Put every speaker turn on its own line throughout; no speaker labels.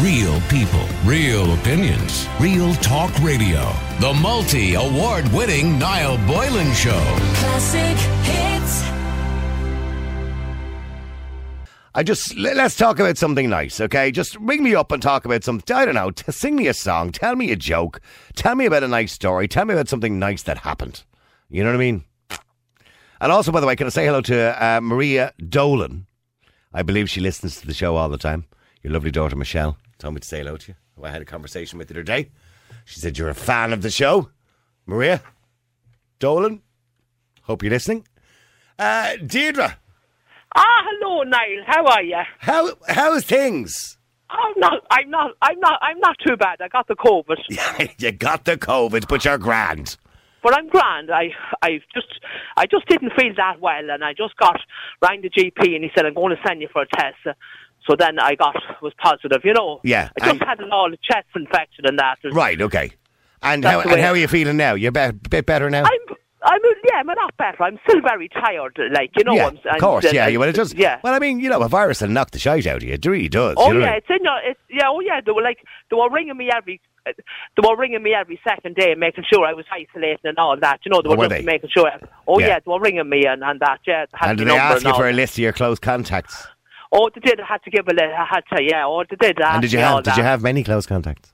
Real people, real opinions, real talk radio. The multi award winning Niall Boylan Show.
Classic hits.
I just le- let's talk about something nice, okay? Just ring me up and talk about something. I don't know. T- sing me a song. Tell me a joke. Tell me about a nice story. Tell me about something nice that happened. You know what I mean? And also, by the way, can I say hello to uh, Maria Dolan? I believe she listens to the show all the time. Your lovely daughter Michelle told me to say hello to you. who I had a conversation with the other day. She said you're a fan of the show, Maria Dolan. Hope you're listening. Uh, Deirdre,
Ah, hello, Niall. How are you?
how how's things?
Oh, no, I'm not. I'm not. I'm not too bad. I got the COVID,
you got the COVID, but you're grand.
but I'm grand. I, I just, I just didn't feel that well, and I just got rang the GP, and he said I'm going to send you for a test. So then I got was positive. You know.
Yeah,
I just
and-
had an all chest infection and that. There's-
Right, okay. And
That's
how,
the
and
way-
how are you feeling now? You're a bit better now?
I'm. I'm yeah, I'm not better. I'm still very tired. Like you know,
yeah,
I'm,
of course,
I'm,
yeah.
I-
You, well, it does,
Yeah.
Well, I mean, you know, a virus will knock the shite out of you. It really does.
Oh
you know what I
yeah,
mean?
it's in your. It's, yeah, oh yeah. They were like they were ringing me every. uh, They were ringing me every second day, and making sure I was isolating and all that. You know, they
Oh,
were,
were
just
they?
making sure. Oh
Yeah.
yeah. they were ringing me and, and that. Yeah, had
And
the
do they ask
number and
you
all
for a
that.
list of your close contacts?
Oh, they did. I had to give a little. I had to. Yeah. Oh, they did. ask
and did you
me all
have did you
that.
have many close contacts?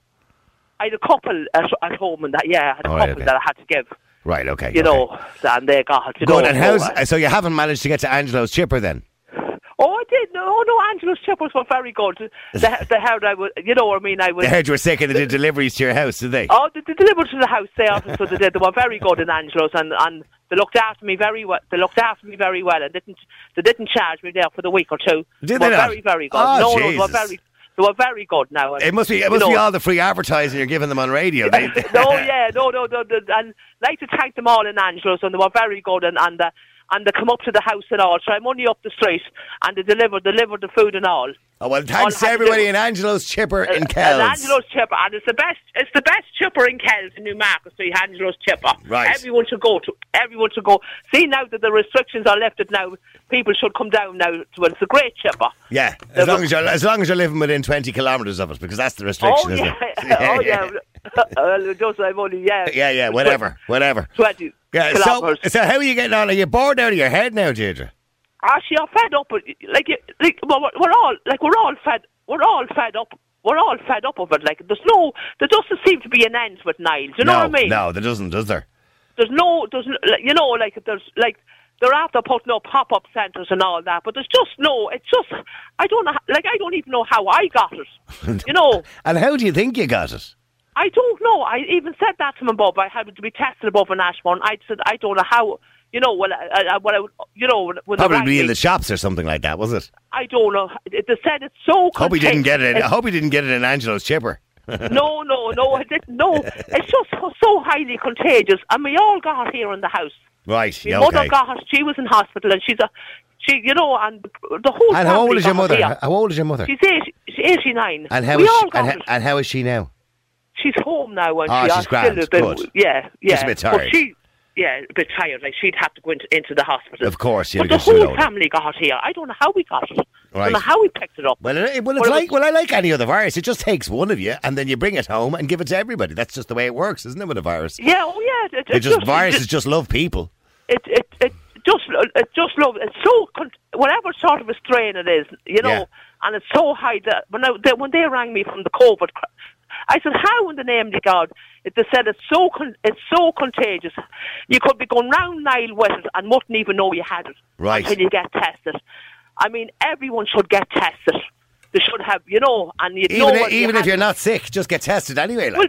I had a couple at, at home and that. Yeah, I had a
All right, Oh,
couple
okay.
that I had to give.
Right, okay. okay.
You know, and they got. You
Good.
know,
and how's,
so, uh,
so you haven't managed to get to Angelo's chipper then?
oh, I did. No, no. Angela's chippers were very good. They, they heard I was. You know what I mean? I was.
They heard you were sick and they did deliveries to your house, did they?
Oh, they, they delivered to the house. They often so they did. They were very good in Angelo's, and, and they looked after me very well. They looked after me very well, and didn't they didn't charge me there for the week or two.
Did
were
they not?
Very, very good.
Oh,
no, no, they were
Jesus.
very, they were very good. Now
It must be it
You
must be
know-
all the free advertising you're giving them on radio. They-
no, yeah, no, no, no, no. And I'd like to thank them all in Angelo's, and they were very good, and and uh, and they come up to the house and all. So I'm only up the street, and they delivered, delivered the food and all.
Oh, well, thanks to
had to do-
everybody in Angelo's chipper in Kells.
And Uh, Angelo's chipper, and it's the best. It's the best chipper in Kells in Newmarket. So Angelo's chipper.
Right.
Everyone should go to. Everyone should go. See now that the restrictions are lifted now, people should come down now. To, well, it's a great chipper.
Yeah,
Yeah,
as long
but-
as you're as long as you're living within twenty kilometres of it, because that's the restriction,
Oh
isn't
yeah.
it?
oh yeah. well, just I've only yeah.
yeah, yeah. Whatever, whatever.
Twenty.
Yeah. So,
kilometres.
so how are you getting on? Are you bored out of your head now, Deirdre?
Actually, I'm fed up. with- Like, you- like well, we're, we're all like we're all fed. We're all fed up. We're all fed up of it. Like, there's no. There doesn't seem to be an end with Niles. You know
no,
what I mean?
no, there doesn't, does there?
there's no there's n- like, you know like there's like they're after putting up pop up centres and all that, but there's just no. It's just I don't know. h- Like I don't even know how I got it. you know,
And how do you think you got it?
I don't know. I even said that to my Bob. I had to be tested above in Ashbourne. I said I don't know how. You know, well, I, I, well, I, would- you know, when- when they
Probably
rang
be in
me,
the shops or something like that, was it?
I don't know. They said it's so.
Hope he didn't get it. In, I
contagious.
hope he didn't get it in Angelo's chipper.
No, no, no. I didn't. No, it's just so- so highly contagious, and we all got here in the house.
Right.
My
yeah,
mother
okay.
got her. She was in hospital, and she's a, she, you know, and the whole.
And how old
family
is your
got
mother?
Here.
How old is your mother?
She's, eight, she's eighty-nine.
And how
we
is
all
she,
got
and,
it.
ho- and how is she now?
she's home now, and
Ah,
she
she's
has
grand,
still a bit.
good.
Yeah, yeah.
Just a bit tired.
But she, yeah, a bit tired. Like she'd have to go into, into the hospital.
Of course, yeah,
But the
because you're
whole
old.
family got here. I don't know how we got it. I
Right.
don't know how we picked it up.
Well, it, well, it's
Well, it
like well, I like any other virus. It just takes one of you, and then you bring it home and give it to everybody. That's just the way it works, isn't it? With a virus,
yeah, oh yeah. It,
it
it
just
it
viruses just love people.
it it it just it just love it's so con- whatever sort of a strain it is, you know,
Yeah.
and it's so high that when I, they, when they rang me from the COVID, cr- I said, "How in the name of God?" It, they said it's so con- it's so contagious, you could be going round Nile with it and wouldn't even know you had it
Right.
until you get tested. I mean, everyone should get tested. They should have, you know, and you know
Even,
whether you
even if
had
you're not sick, just get tested anyway. Like.
well,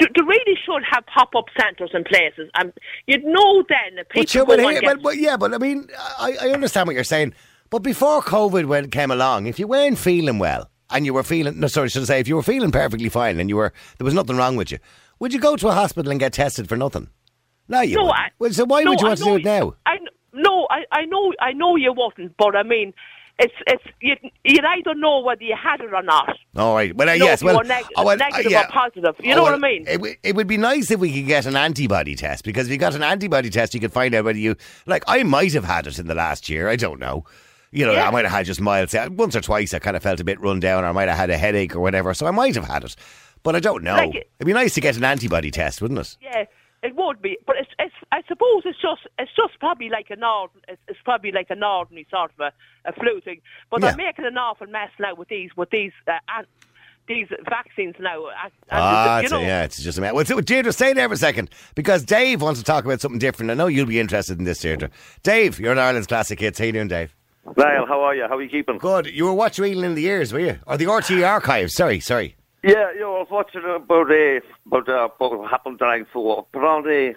they, they really should have pop-up centres in places, and you'd know then that people
but sure,
go
well,
and
hey,
get-
well, well, yeah, but I mean, I, I understand what you're saying. But before COVID when, came along, if you weren't feeling well and you were feeling, no, sorry, should I say, if you were feeling perfectly fine and you were there was nothing wrong with you, would you go to a hospital and get tested for nothing? No, you.
No,
wouldn't.
I,
well, so why
no,
would you
I
want to
know
do it now?
I kn- no, I, I know, I know you wouldn't, but I mean, it's it's you you either know whether you had it or not.
All right. Well, uh,
No,
yes.
if you
Well,
were neg-
oh, well,
negative
yeah.
or positive. You know
well,
what I mean?
It, w- it would be nice if we could get an antibody test because if you got an antibody test, you could find out whether you like. I might have had it in the last year. I don't know. You know,
Yeah.
I might have had just mild. se- Once or twice, I kind of felt a bit run down, or I might have had a headache or whatever. So I might have had it, but I don't know.
Like
it.
it-
would be nice to get an antibody test, wouldn't it?
Yeah, it would be, but it's, it's, I suppose it's just it's just probably like an ord, it's, it's probably like an ordinary sort of a, a flu thing. But
Yeah.
they're making an awful mess now with these with these uh, an- these vaccines now. uh, and
Ah,
you
it's a-
know,
yeah, it's just a matter. Well, so, Deirdre, stay there for a second because Dave wants to talk about something different. I know you'll be interested in this, Deirdre. Dave, you're an Ireland's classic hits. How you doing, Dave?
Niall, how are you? How are you keeping?
Good. You were watching Reading in the Years, were you? Or the RTE Archives. Sorry, sorry.
Yeah, you know, I was watching about uh, about uh, what happened during so around uh,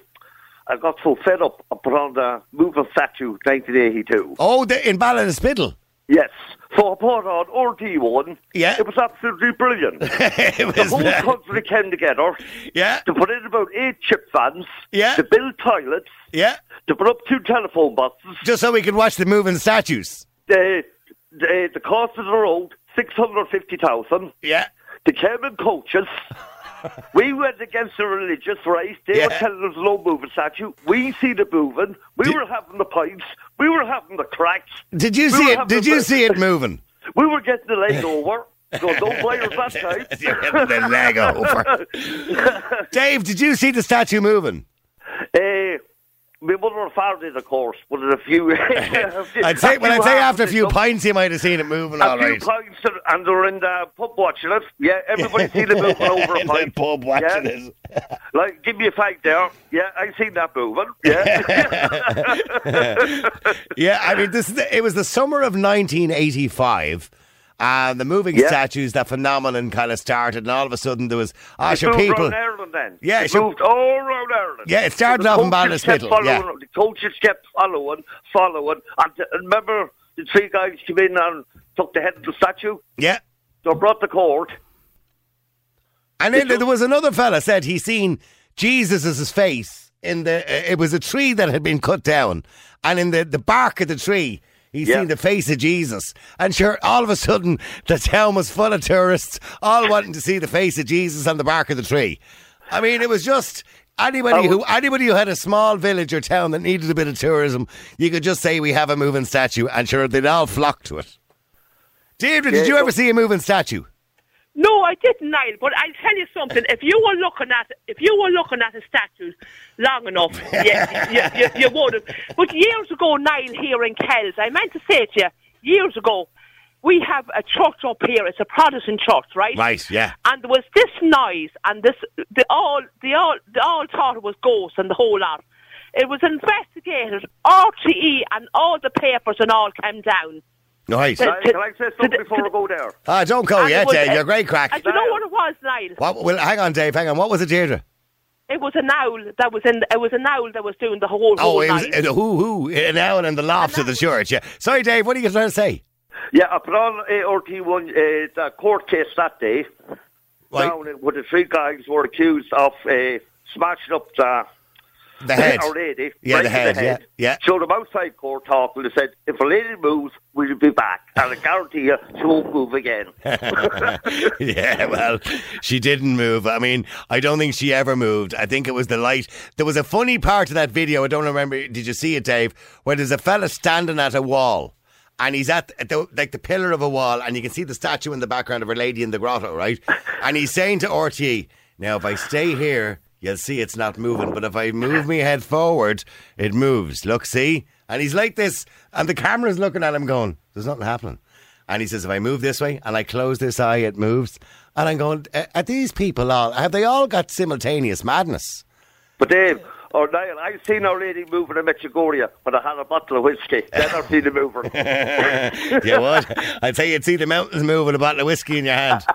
I got so fed up around the moving statue 1982.
Oh, the, in Ballin and Spittle.
Yes, so I put on RT one.
Yeah.
it was absolutely brilliant.
it
the
was
whole
bad.
country came together
Yeah,
to put in about eight chip vans.
Yeah.
to build toilets.
yeah.
To put up two telephone boxes.
Just so we could watch the moving statues.
The the, the cost of the road six hundred fifty thousand.
Yeah.
The German coaches. We went against the religious right. They were
Yeah.
telling us no moving statue. We see the moving. We
Did-
were having the pints. We were having the cracks.
Did you
We
see
were
it?
having
Did
the-
you see it moving?
We were getting the leg over. So don't play us that time.
the leg over. Dave, did you see the statue moving?
Eh, my mother and father did, of course, but in a few...
I'd say, well, I'd say after a few pints, you might have seen it moving.
A
All
few
right.
pints and- and they're in the pub watching it. Yeah, everybody see the moving over a
In the
pint.
pub watching
Yeah.
it.
Like, give me a fight there. Yeah, I seen that moving. Yeah.
Yeah, I mean, this is the, it was the summer of 1985. And the moving
Yeah.
statues, that phenomenon kind of started, and all of a sudden there was, ah,
It
sure,
moved
people.
around Ireland then.
Yeah,
it
sure.
moved all around Ireland.
Yeah, it started
The
off in
coaches kept
Ballinasmittle,
following-
yeah.
The coaches kept following, following, and, th- and remember the three guys came in and took the head of the statue.
Yeah.
They brought the court.
And then there was another fella said he seen Jesus' face in the. uh, It was a tree that had been cut down, and in the, the bark of the tree, he
Yeah.
seen the face of Jesus. And sure, all of a sudden, the town was full of tourists, all wanting to see the face of Jesus on the bark of the tree. I mean, it was just anybody who anybody who had a small village or town that needed a bit of tourism, you could just say we have a moving statue, and sure, they'd all flock to it. Deirdre, did
Yeah,
you
it
ever
was-
see a moving statue?
No, I didn't, Niall. But I'll tell you something. If you were looking at if you were looking at a statue long enough, yeah, you, you, you would have. But years ago, Niall, here in Kells, I meant to say to you, years ago, we have a church up here. It's a Protestant church, right?
Right, yeah.
And there was this noise, and this they all they all they all thought it was ghosts and the whole lot. It was investigated. RTE and all the papers and all came down.
Right.
Well,
Can I- can I say
to-
something
to-
before I go there?
Ah, don't go
And it
yet,
was-
Dave. You're a great crack.
And you know what it was, Niall?
What, well, hang on, Dave. Hang on. What was it, Deirdre?
It was an owl that was in. It was an owl that was doing the whole.
Oh,
whole
it was
night.
uh, who who an owl in the loft of the church. Yeah. Sorry, Dave. What are you trying to say?
Yeah, I put on ART one uh, the court case that day.
Right.
Down in- where the three guys were accused of uh, smashing up the
The head.
Our lady.
Yeah, the
breaking
head, yeah, yeah.
So the outside court talking, they said, if a lady moves, we'll be back. And I guarantee you, she won't move again.
yeah. Well, she didn't move. I mean, I don't think she ever moved. I think it was the light. There was a funny part of that video. I don't remember. Did you see it, Dave? Where there's a fella standing at a wall. And he's at the, like the pillar of a wall, and you can see the statue in the background of a lady in the grotto, right? And he's saying to RTE, Now, if I stay here, you'll see it's not moving. But if I move my head forward, it moves. Look, see? And he's like this, and the camera's looking at him, going, There's nothing happening. And he says, If I move this way and I close this eye, it moves. And I'm going, "A- Are these people all, have they all got simultaneous madness?
But Dave, or Niall, I seen our lady moving in Mexicoria when I had a bottle of whiskey. Then I seen her moving.
you would. I'd say you'd see the mountains move with a bottle of whiskey in your hand.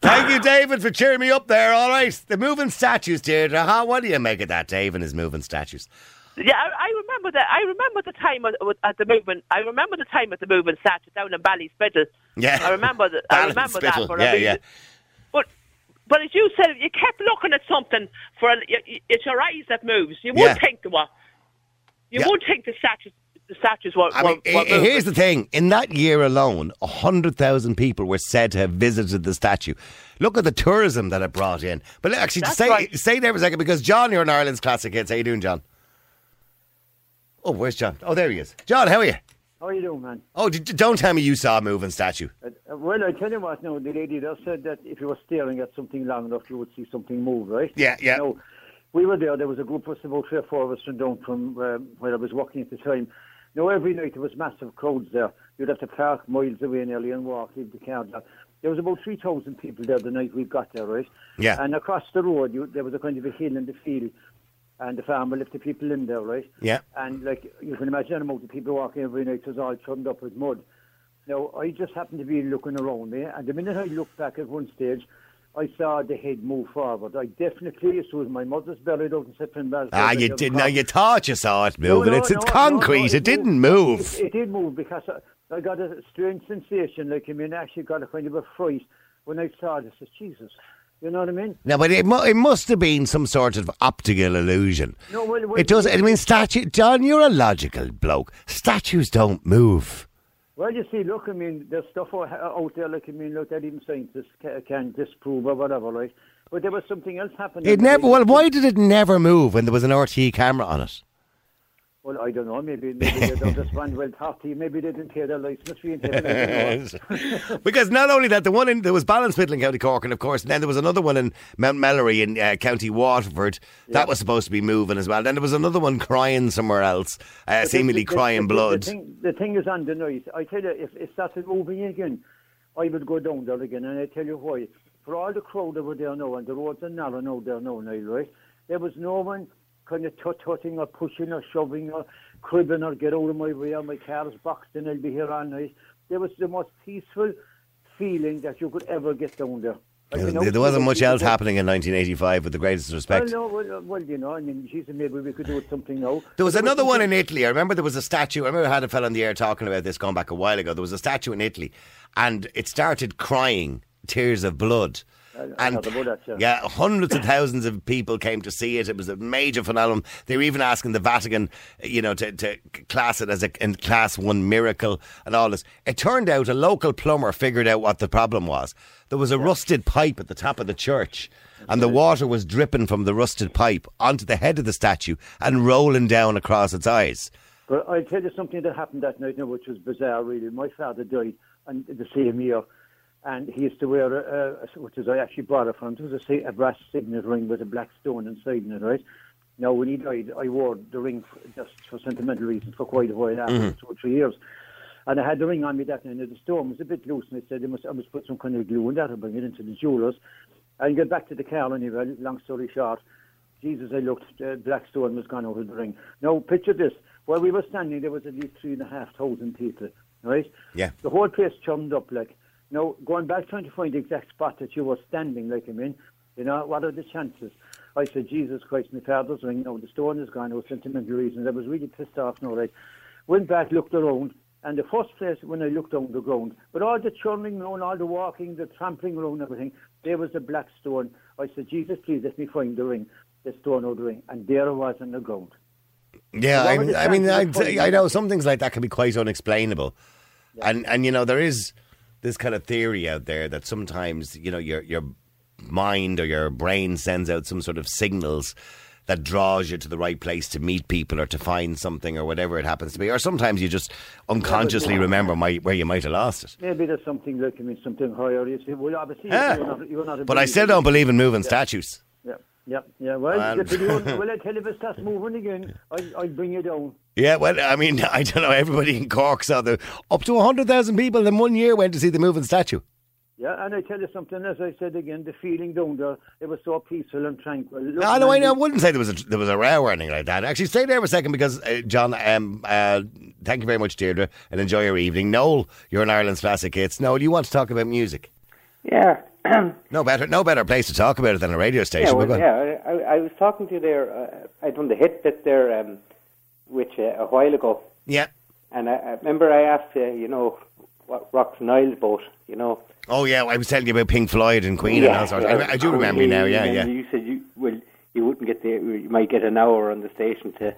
Thank you, David, for cheering me up there. All right. The moving statues, Deirdre. Huh? What do you make of that, Dave and his moving statues?
Yeah, I, I remember that. I remember the time at, with- at the movement. I remember the time at the movement Saturday down in Ballyspittle.
Yeah.
I remember that. I remember that.
Ballinspittle.
For
Yeah,
a reason.
yeah.
But but as you said, you kept looking at something for an, y- y- it's your eyes that moves. You would
Yeah.
think there were. You
Yeah.
would think the statues. The statues were.
I
were,
mean,
were
i- i- here's
moving.
the thing. In that year alone, 100,000 people were said to have visited the statue. Look at the tourism that it brought in. But actually,
That's
stay,
right.
stay there for a second because John, you're an Ireland's classic kids. How you doing, John? Oh, where's John? Oh, there he is. John, how are you?
How you doing, man?
Oh, d- d- don't tell me you saw a moving statue.
Uh, uh, well, I tell you what, now the lady there said that if you were staring at something long enough, you would see something move, right?
Yeah, yeah.
Now, we were there. There was a group of us, about three or four of us, from down from um, where I was working at the time. Now, every night there was massive crowds there. You'd have to park miles away nearly and walk, leave the car there. There was about 3,000 people there the night we got there, right?
Yeah.
And across the road, you, there was a kind of a hill in the field, and the farmer left the people in there, right?
Yeah.
And, like, you can imagine the amount of people walking every night, it was all churned up with mud. Now, I just happened to be looking around me, and the minute I looked back at one stage, I saw the head move forward. I definitely, as soon as my mother's buried out in September.
Ah, you did. Now you thought you saw it moving. it's it's concrete. it, didn't move.
It, it did move because I, I got a strange sensation, like I mean, I actually got a kind of a fright when I saw this. I said, Jesus, you know what I mean?
No, but it, mu- it must have been some sort of optical illusion.
No, well, well-
it does. I mean, statue. John, you're a logical bloke. Statues don't move.
Well, you see, look, I mean, there's stuff out- out there, like I mean, look, that even scientists ca- can disprove or whatever, right? But there was something else happening.
It never. Well, why did it never move when there was an RTE camera on it?
Well, I don't know. Maybe, maybe they don't respond well to you. Maybe they didn't hear their license fee in heaven. I don't know.
because not only that, the one in there was Ballinspittle in County Cork, and of course, and then there was another one in Mount Mallory in uh, County Waterford that was supposed to be moving as well. Then there was another one crying somewhere else, uh,
But the-
seemingly
the- the-
crying
the-
blood.
The thing, the thing is on the night. I tell you, if it started moving again, I would go down there again, and I tell you why. For all the crowd that were there now, and the roads are narrow now there now, Niall, right? There was no one kind of tut-tutting or pushing or shoving or cribbing or get out of my way or my car's boxed and I'll be here all night. There was the most peaceful feeling that you could ever get down there. I can
there, there wasn't
outdo
much
people
else
go-
happening in 1985, with the greatest respect.
Well, no, well, uh, well, you know, I mean, Jesus, maybe we could do it something now.
There was another one in Italy. I remember there was a statue. I remember I had a fella on the air talking about this going back a while ago. There was a statue in Italy, and it started crying tears of blood.
I heard about that, yeah.
yeah, hundreds of thousands of people came to see it. It was a major phenomenon. They were even asking the Vatican, you know, to, to class it as a in class one miracle and all this. It turned out a local plumber figured out what the problem was. There was a rusted pipe at the top of the church, and the water was dripping from the rusted pipe onto the head of the statue and rolling down across its eyes.
But I'll tell you something that happened that night, now, which was bizarre, really. My father died and the same year, and he used to wear, a, a, which is I actually bought it from him, it was a, si- a brass signet ring with a black stone inside in it, right? Now, when he died, I wore the ring f just for sentimental reasons for quite a while after, two or three years. And I had the ring on me that night, and the stone was a bit loose, and I said, I must, I must put some kind of glue in that and bring it into the jeweller's. And get back to the car anyway, long story short. Jesus, I looked, uh, black stone was gone over the ring. Now, picture this. Where we were standing, there was at least three and a half thousand people, right?
Yeah.
The whole place chummed up, like. Now, going back, trying to find the exact spot that you were standing, like I mean, you know, what are the chances? I said, Jesus Christ, my father's ring, no, the stone is gone, no sentimental reasons. I was really pissed off, no, right? Went back, looked around, and the first place when I looked down the ground, but all the churning around, all the walking, the trampling around, everything, there was the black stone. I said, Jesus, please let me find the ring, the stone or the ring. And there it was on the ground.
Yeah,
Well,
I,
that was
I mean,
exactly the
I,
point.
I know some things like that can be quite unexplainable, and and you know there is this kind of theory out there that sometimes you know your your mind or your brain sends out some sort of signals that draws you to the right place to meet people or to find something or whatever it happens to be, or sometimes you just unconsciously remember my, where you might have lost it.
Maybe there's something like, I mean, something higher. You see, well, obviously,
Yeah.
you're not, you're not a
But I
believer.
still don't believe in moving statues.
Yeah, yeah, yeah. Well,
Um,
if you, well, I tell you, if it starts moving again, I, I'll bring you down.
Yeah, well, I mean, I don't know. Everybody in Cork saw the up to hundred thousand people in one year went to see the moving statue.
Yeah, and I tell you something, as I said again, the feeling down there, it was so peaceful and tranquil. Look,
No, no, I,
Andy,
I wouldn't say there was a there was a row or anything like that. Actually, stay there for a second because uh, John, um, uh, thank you very much, Deirdre, and enjoy your evening. Noel, you're an Ireland's classic hits. Noel, you want to talk about music?
Yeah.
No better, no better place to talk about it than a radio
yeah,
station. We're
well,
going-
yeah. I, I- I was talking to their, uh, I done the hit that there, um, which uh, a while ago,
yeah.
and I, I remember I asked, uh, you know, what rocks Nile's boat, you know.
Oh yeah, I was telling you about Pink Floyd and Queen and all sorts. I, I do remember you now. Yeah,
and
yeah,
Oh, You said you well, you wouldn't get the, you might get an hour on the station to.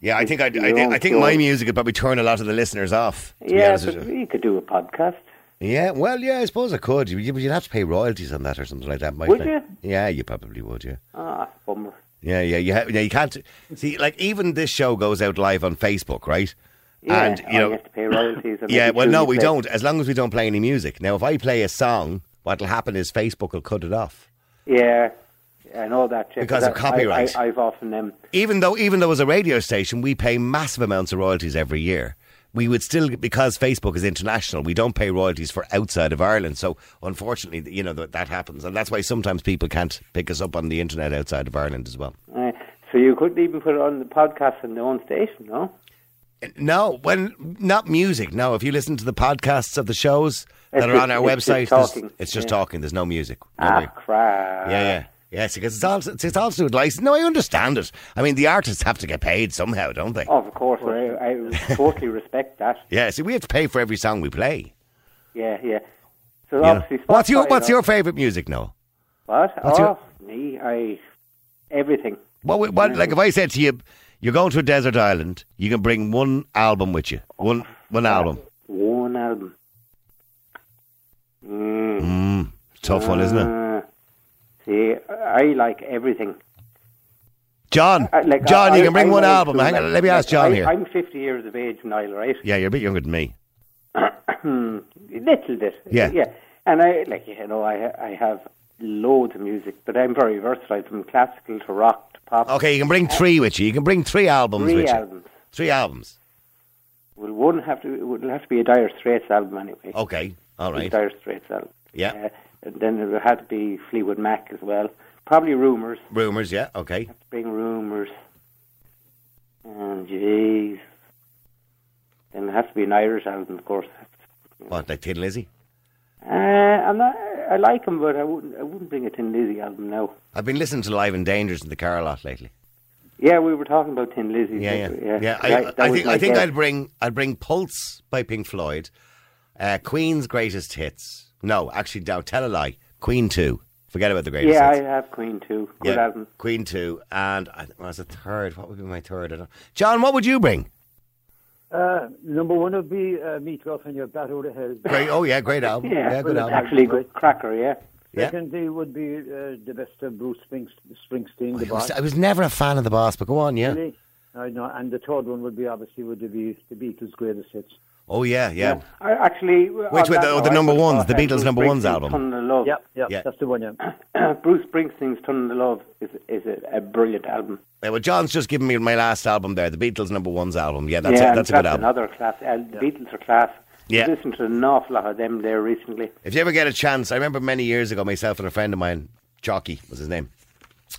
yeah. I think I, I,
Your
think,
own
I think my
show.
music would probably turn a lot of the listeners off. To be
Yeah,
honest
but
with you.
you could do a podcast.
yeah. Well, yeah, I suppose I could. You, you'd have to pay royalties on that or something like that.
Would
mightn't I? Yeah, you probably would. Yeah.
Ah, bummer.
Yeah, yeah, you ha- yeah. You can't see like even this show goes out live on Facebook, right?
Yeah, oh,
and you
I
know,
have to pay royalties. and
yeah,
maybe
well,
two
no,
you
we
play.
don't. As long as we don't play any music. Now, if I play a song, what'll happen is Facebook will cut it off.
Yeah, and all that. Yeah,
Because of
'cause I- I-
copyright.
I, have often um,
Even though, even though as a radio station, we pay massive amounts of royalties every year. We would still, because Facebook is international, we don't pay royalties for outside of Ireland. So, unfortunately, you know that that happens, and that's why sometimes people can't pick us up on the internet outside of Ireland as well.
uh, so you could even put it on the podcast on the own station, no?
No, when not music. No, if you listen to the podcasts of the shows that
It's
are on
just-
our
it's just
website, there's-
talking.
it's just
Yeah.
talking. There's no music. No
ah,
way.
crap.
Yeah, yeah. Yes, because it's all it's, it's all to do with license. No, I understand it. I mean, the artists have to get paid somehow, don't they?
Oh, of course. I, I totally respect that.
Yeah, see, we have to pay for every song we play.
Yeah, yeah. So
you know.
obviously,
What's your
Spotify,
What's
no?
your favorite music now?
what?
what's
oh,
your-
me, I everything.
What, we- what like if I said to you, you're going to a desert island, you can bring one album with you, one one album.
One album. Mm,
Mm, it's a tough one, isn't it?
uh, see, I like everything.
John,
I, Uh, like,
John,
I-
you can bring
I
one
went
album.
through,
Hang
like-
on, let me ask
like,
John
I,
here.
I'm 50 years of age, Niall, right?
yeah, you're a bit younger than me.
Little bit.
Yeah.
Yeah. And I, like, you know, I, I have loads of music, but I'm very versatile from classical to rock to pop.
Okay, you can bring three with you. You can bring three albums
Three
with you.
albums.
Three albums.
Well, one have to, it'll have to be a Dire Straits album anyway.
Okay, all Oh, right.
Dire Straits album.
Yeah.
Uh, and then it had to be Fleetwood Mac as well. Probably Rumours.
Rumors, yeah, okay.
Bring Rumours. And jeez. Then it has to be an Irish album, of course.
What, like Tin Lizzy?
Uh, I'm not, I like them, but I wouldn't, I wouldn't bring a Tin Lizzy album now.
I've been listening to Live and Dangerous in the car a lot lately.
Yeah, we were talking about Tin Lizzy.
Yeah, yeah,
didn't we?
yeah. I,
That- that
I
was
think
my
I think
guess.
I'd bring I'd bring Pulse by Pink Floyd, uh, Queen's greatest hits. No, actually, no, tell a lie. Queen two. Forget about the greatest.
Yeah, I
hits.
have Queen too. Good album.
Queen two, and I think was a third. What would be my third? I don't John, what would you bring?
Uh, number one would be uh, Meat Off and Your Bat Over the Hill.
Great. Oh yeah, great album.
Yeah,
Yeah, good
well,
album.
actually a good cracker. Yeah,
Yeah.
Secondly would be uh, the best of Bruce Springs- Springsteen, the
I was,
boss.
I was never a fan of the Boss, but go on, yeah.
Really? I know. And the third one would be obviously would be the Beatles' greatest hits.
Oh yeah, yeah.
I actually. uh,
Which were the- the number ones, the Beatles' number ones album.
Tunnel of Love.
Yep, yep,
Yeah.
that's the one. Yeah.
Bruce Springsteen's Tunnel of Love is is a, a brilliant album.
Yeah, well, John's just given me my last album there, the Beatles number one's album. Yeah, that's
yeah,
a,
and
that's a good album.
another class. Uh, the Beatles are class.
Yeah.
I listened to an awful lot of them there recently.
If you ever get a chance, I remember many years ago, myself and a friend of mine, Jockey was his name,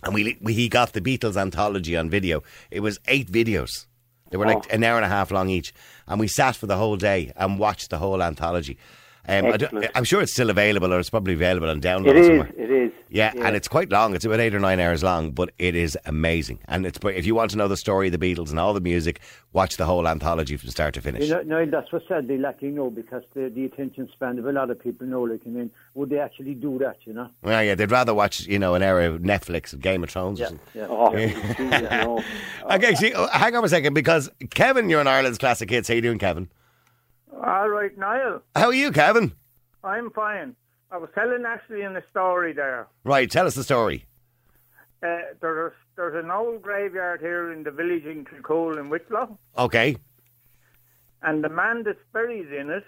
and we, we he got the Beatles anthology on video. It was eight videos. They were
Oh.
like an hour and a half long each, and we sat for the whole day and watched the whole anthology. Um, I don't-
Excellent.
I'm sure it's still available, or it's probably available on download
It is.
somewhere.
It is.
Yeah, and it's quite long. It's about eight or nine hours long, but it is amazing. And it's if you want to know the story of the Beatles and all the music, watch the whole anthology from start to finish.
You know, no, that's what sadly lacking now because the, the attention span of a lot of people now, like, I mean, would they actually do that, you know?
well, yeah, they'd rather watch you know an era of Netflix and Game of Thrones. Or something.
yeah.
Oh, Jesus, no.
Okay, see, oh, hang on a second because Kevin, you're an Ireland's classic hits. How you doing, Kevin?
All right, Niall,
How are you, Kevin?
I'm fine. I was telling Ashley in a story there.
Right, tell us the story.
Uh, there's there's an old graveyard here in the village in Kilcole in Whitlow,
Okay,
and the man that's buried in it,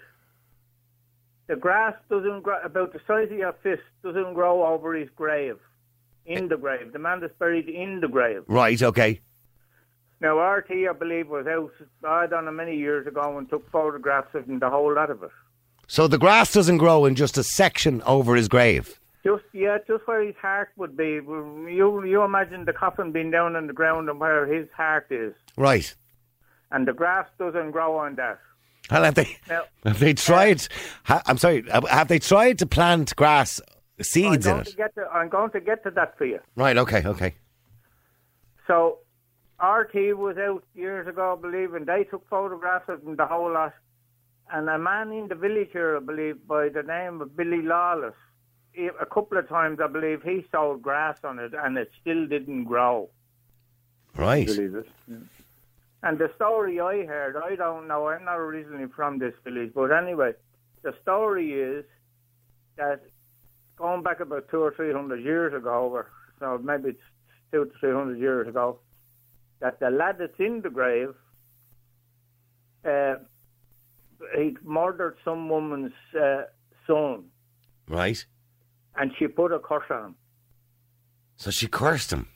the grass doesn't grow about the size of your fist doesn't grow over his grave, in the grave. The man that's buried in the grave.
right, okay,
Now RT, I believe, was out. I don't know many years ago and took photographs of him, the whole lot of it.
so the grass doesn't grow in just a section over his grave.
Just yeah, just where his heart would be. You you imagine the coffin being down on the ground and where his heart is,
Right,
and the grass doesn't grow on that.
Well, have they
No.
have they tried? Ha, I'm sorry. Have have they tried to plant grass
I'm
seeds in
going, to
it?
get to, I'm going to get to that for you.
Right. Okay. Okay.
So, RT was out years ago, I believe, and they took photographs of him, the whole lot. And a man in the village here, I believe, by the name of Billy Lawless, he, a couple of times, I believe, he sowed grass on it, and it still didn't grow.
Right.
Believe it.
And the story I heard, I don't know, I'm not originally from this village, but anyway, the story is that going back about two or three hundred years ago, or so maybe it's two to three hundred years ago, that the lad that's in the grave uh, he murdered some woman's uh, son,
Right.
and she put a curse on him.
So she cursed him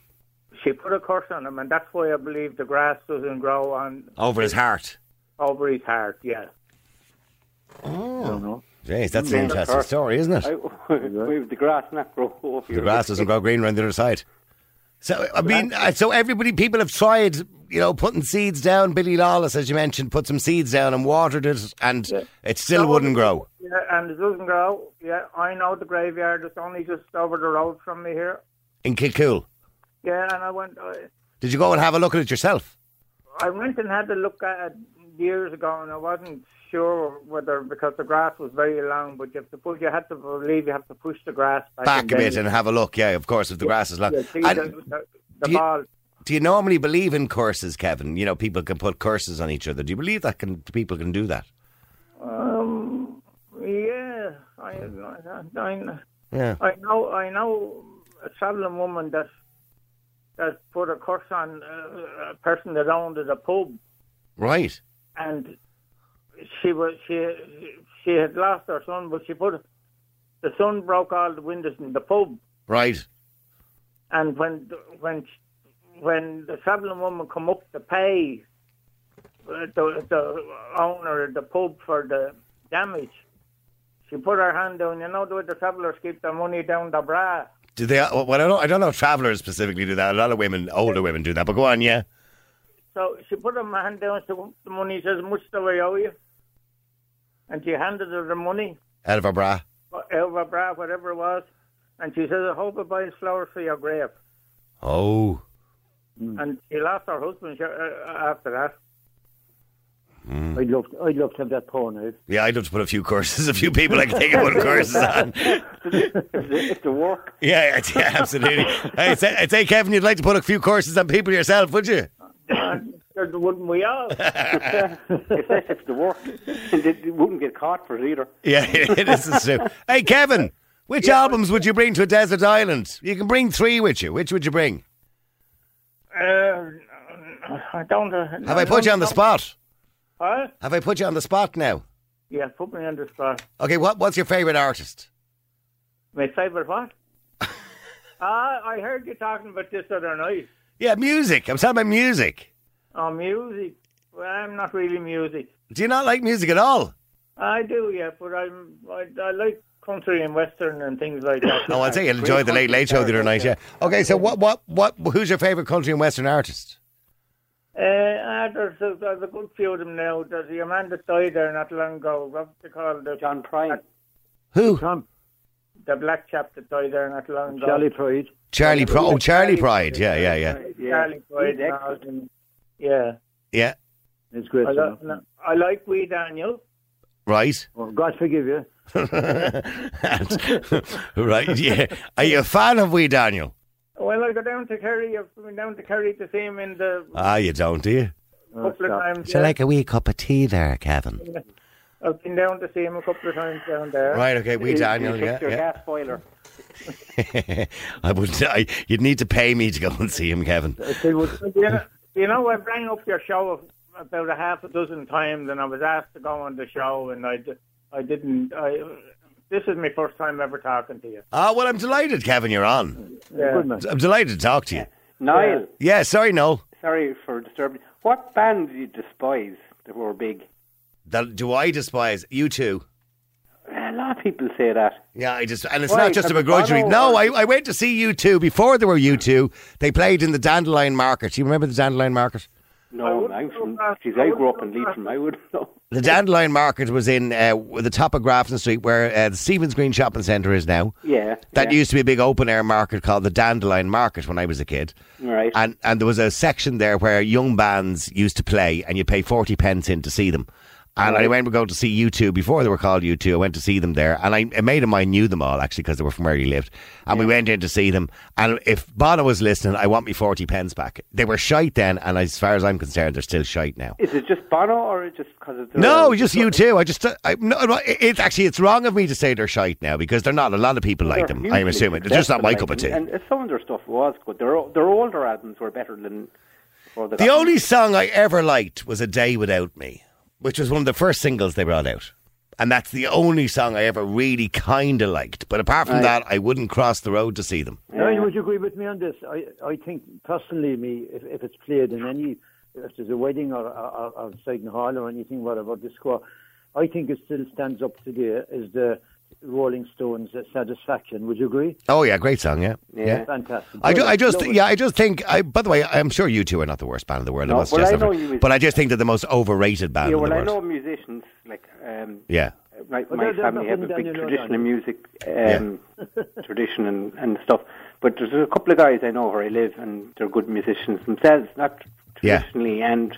She put a curse on him, and that's why I believe the grass doesn't grow on
over his heart.
over his heart. Yeah.
Oh.
don't know.
Jeez, that's an interesting
curse.
story, isn't it?
I, with the grass not grow over
The grass doesn't grow green around the other side. So I mean, uh, so everybody, people have tried, you know, putting seeds down. Billy Lawless, as you mentioned, put some seeds down and watered it, and it still
No,
wouldn't
it-
grow.
Yeah, and it doesn't grow. Yeah, I know the graveyard is only just over the road from me here.
In Kilcool,
Yeah, and I went. I,
did you go and have a look at it yourself?
I went and had a look at it years ago, and I wasn't sure whether because the grass was very long. But you have to push. You had to believe you have to push the grass back,
Back a
and
bit
then-
and have a look. Yeah, of course, if the grass is long.
Yeah, see
And
the, the, the
do you-
ball.
do you normally believe in curses, Kevin? You know, people can put curses on each other. Do you believe that can people can do that?
Um, yeah, I, I, I,
Yeah.
I know, I know a traveling woman that that put a curse on uh, a person that owned a pub,
Right.
and she was she she had lost her son, but she put the son broke all the windows in the pub,
Right.
and when the- when she- when the traveling woman come up to pay uh, the the owner of the pub for the damage, she put her hand down. You know the way the travellers keep their money down the bra.
Do they? Well, I don't. I don't know if travelers specifically do that. A lot of women, older women, do that. But go on, yeah.
So she put her hand down, she took the money, says, much do I owe you? And she handed her the money,
Out of her bra.
whatever, bra, whatever it was. And she says, I hope it buys flowers for your grave.
Oh.
And she lost her husband sure, uh, after that.
Mm. I'd love, to, I'd love to have that power knife.
Yeah, I'd love to put a few curses, a few people I can think of put curses on.
It's the work.
Yeah, it's- yeah, absolutely. Hey, say, I'd say, Kevin, you'd like to put a few curses on people yourself, would you?
And said, wouldn't we all?
It's, it's the work. And they, they wouldn't get caught for it either.
Yeah, this is true. Hey, Kevin, which albums would you bring to a desert island? You can bring three with you. Which would you bring?
Uh, I don't... Uh,
Have I put you on the spot?
Huh?
Have I put you on the spot now?
Yeah, put me on the spot.
Okay, what, what's your favourite artist?
My favourite what? Ah, I heard you talking about this other night.
Yeah, music. I'm talking about music.
Oh, music. Well, I'm not really music.
Do you not like music at all?
I do, yeah, but I'm I, I like country and western and things like that.
Oh, I'd say you enjoyed the Late Late Show the other night, yeah. Okay, so what, what, what, who's your favourite country and western artist?
Uh, ah, there's, a, there's a good few of them now. There's a man that died there not long ago. What's it called? The,
John Prine.
Who?
Tom,
the black chap that died there not long ago.
Charlie Pride.
Charlie Pride. Oh, Charlie Pride. Yeah, yeah, yeah.
Yeah.
Charlie Pride.
He's excellent.
and- Yeah.
Yeah,
It's great.
I,
you know.
lo- no, I like Wee Daniel.
right.
Well, God forgive you.
right, yeah. Are you a fan of Wee Daniel?
Well, I go down to Kerry. I've been down to Kerry to see him in the
Ah, you don't, do you?
Oh,
couple of
stop.
times.
So
yeah.
like a wee cup of tea there, Kevin.
I've been down to see him a couple of times down there.
Right, okay, Wee
He- he
Daniel,
fixed
yeah.
your
yeah.
gas boiler.
I would. I, you'd need to pay me to go and see him, Kevin.
I tell you what,
You know, you know, I rang up your show about a half a dozen times, and I was asked to go on the show, and I, d- I didn't. I, this is my first time ever talking to you.
Ah, well, I'm delighted, Kevin. You're on.
Yeah.
good man.
I'm delighted to talk to you.
Niall,
Yeah, sorry, Noel.
sorry for disturbing. What band do you despise that were big?
That, do I despise you too?
A lot of people say that.
Yeah, I just and it's
Why,
not just a
from
begrudgery.
Bono
No,
or-
I, I went to see you two before there were you two. They played in the Dandelion Market. You remember the Dandelion Market?
No, I'm from. Geez, I grew up in Leitrim. I would know.
The Dandelion Market was in uh, the top of Grafton Street, where uh, the Stevens Green Shopping Centre is now.
Yeah.
That
yeah.
used to be a big open air market called the Dandelion Market when I was a kid.
Right.
And and there was a section there where young bands used to play and you pay 40 pence in to see them. And I went going to see U2 before they were called U2. I went to see them there. And I, a mate of mine knew them all actually because they were from where he lived. And we went in to see them. And if Bono was listening, I want me 40 pence back. They were shite then. And as far as I'm concerned, they're still shite now.
Is it just Bono or just because of the.
No, just you too. I just, uh, I, no, no, it- it's actually, it's wrong of me to say they're shite now because they're not. A lot of people like them. I'm assuming they're just not my cup of tea.
And some of their stuff was good. Their their older albums were better than. before they
The
got-
only song I ever liked was "A Day Without Me." which was one of the first singles they brought out. And that's the only song I ever really kind of liked. But apart from
Right.
that, I wouldn't cross the road to see them.
Now, would you agree with me on this? I, I think personally, me, if, if it's played in any, if there's a wedding or or, or Seighton Hall or anything, whatever, the square, I think it still stands up today as the Rolling Stones' satisfaction. Would you agree?
Oh yeah, great song, yeah. Yeah.
Fantastic.
I, ju- I just,
Love it.
yeah, I just think. I, by the way, I'm sure you two are not the worst band in the world. I
No,
must
well,
just
I know
admit.
you is-
but I just think they're the most overrated band
yeah,
in
well,
the
I
world.
know musicians, like um,
Yeah,
my,
Well,
my
there- there's
family have a
nothing
big
Daniel
tradition
O'Donnell.
of music, um, tradition and, and stuff. But there's a couple of guys I know where I live, and they're good musicians themselves, not
Yeah.
traditionally and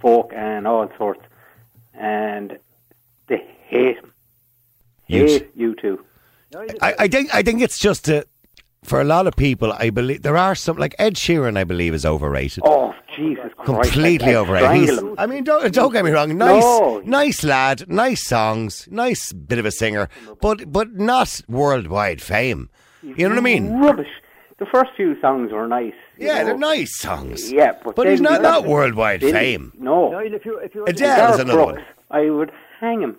folk and all sorts. And they hate,
You-
hate you two.
I, I think, I think it's just uh for a lot of people. I believe there are some like Ed Sheeran. I believe is overrated.
Oh, Jesus Christ!
Completely
I'd
overrated.
strangle
He's-
them.
I mean, don't, don't get me wrong. Nice,
No.
nice lad, nice songs, nice bit of a singer, but but not worldwide fame. You know what I mean?
Rubbish. The first few songs were nice. you
Yeah,
know.
they're nice songs.
Yeah, but,
but he's not
then-
that worldwide
Then-
fame.
Niall,
No,
if you, if you
Adele.
Garth
is another one.
Brooks, I would hang him.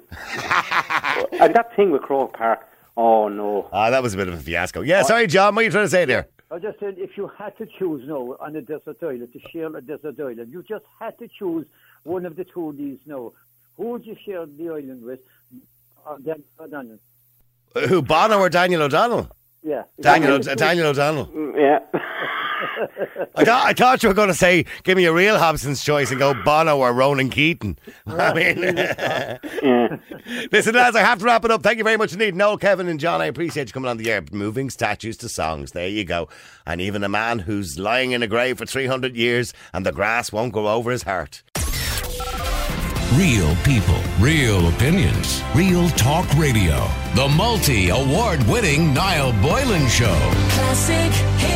and that thing with Croke Park. Oh no.
Ah, that was a bit of a fiasco. Yeah, sorry, John. What are you trying to say there?
I just said, if you had to choose now on a desert island, to share a desert island, you just had to choose one of the two of these now. Who would you share the island with? Or Dan O'Donnell?
Uh, Who, Bono or Daniel O'Donnell?
Yeah.
Daniel, O- Daniel O'Donnell.
Yeah.
I, thought I thought you were going to say, give me a real Hobson's choice and go Bono or Ronan Keaton. I mean,
yeah.
listen, lads, I have to wrap it up. Thank you very much indeed, Noel, Kevin, and John. I appreciate you coming on the air. Moving statues to songs. There you go. And even a man who's lying in a grave for 300 years and the grass won't grow over his heart.
Real people, real opinions, real talk radio. The multi award winning Niall Boylan Show.
Classic hits.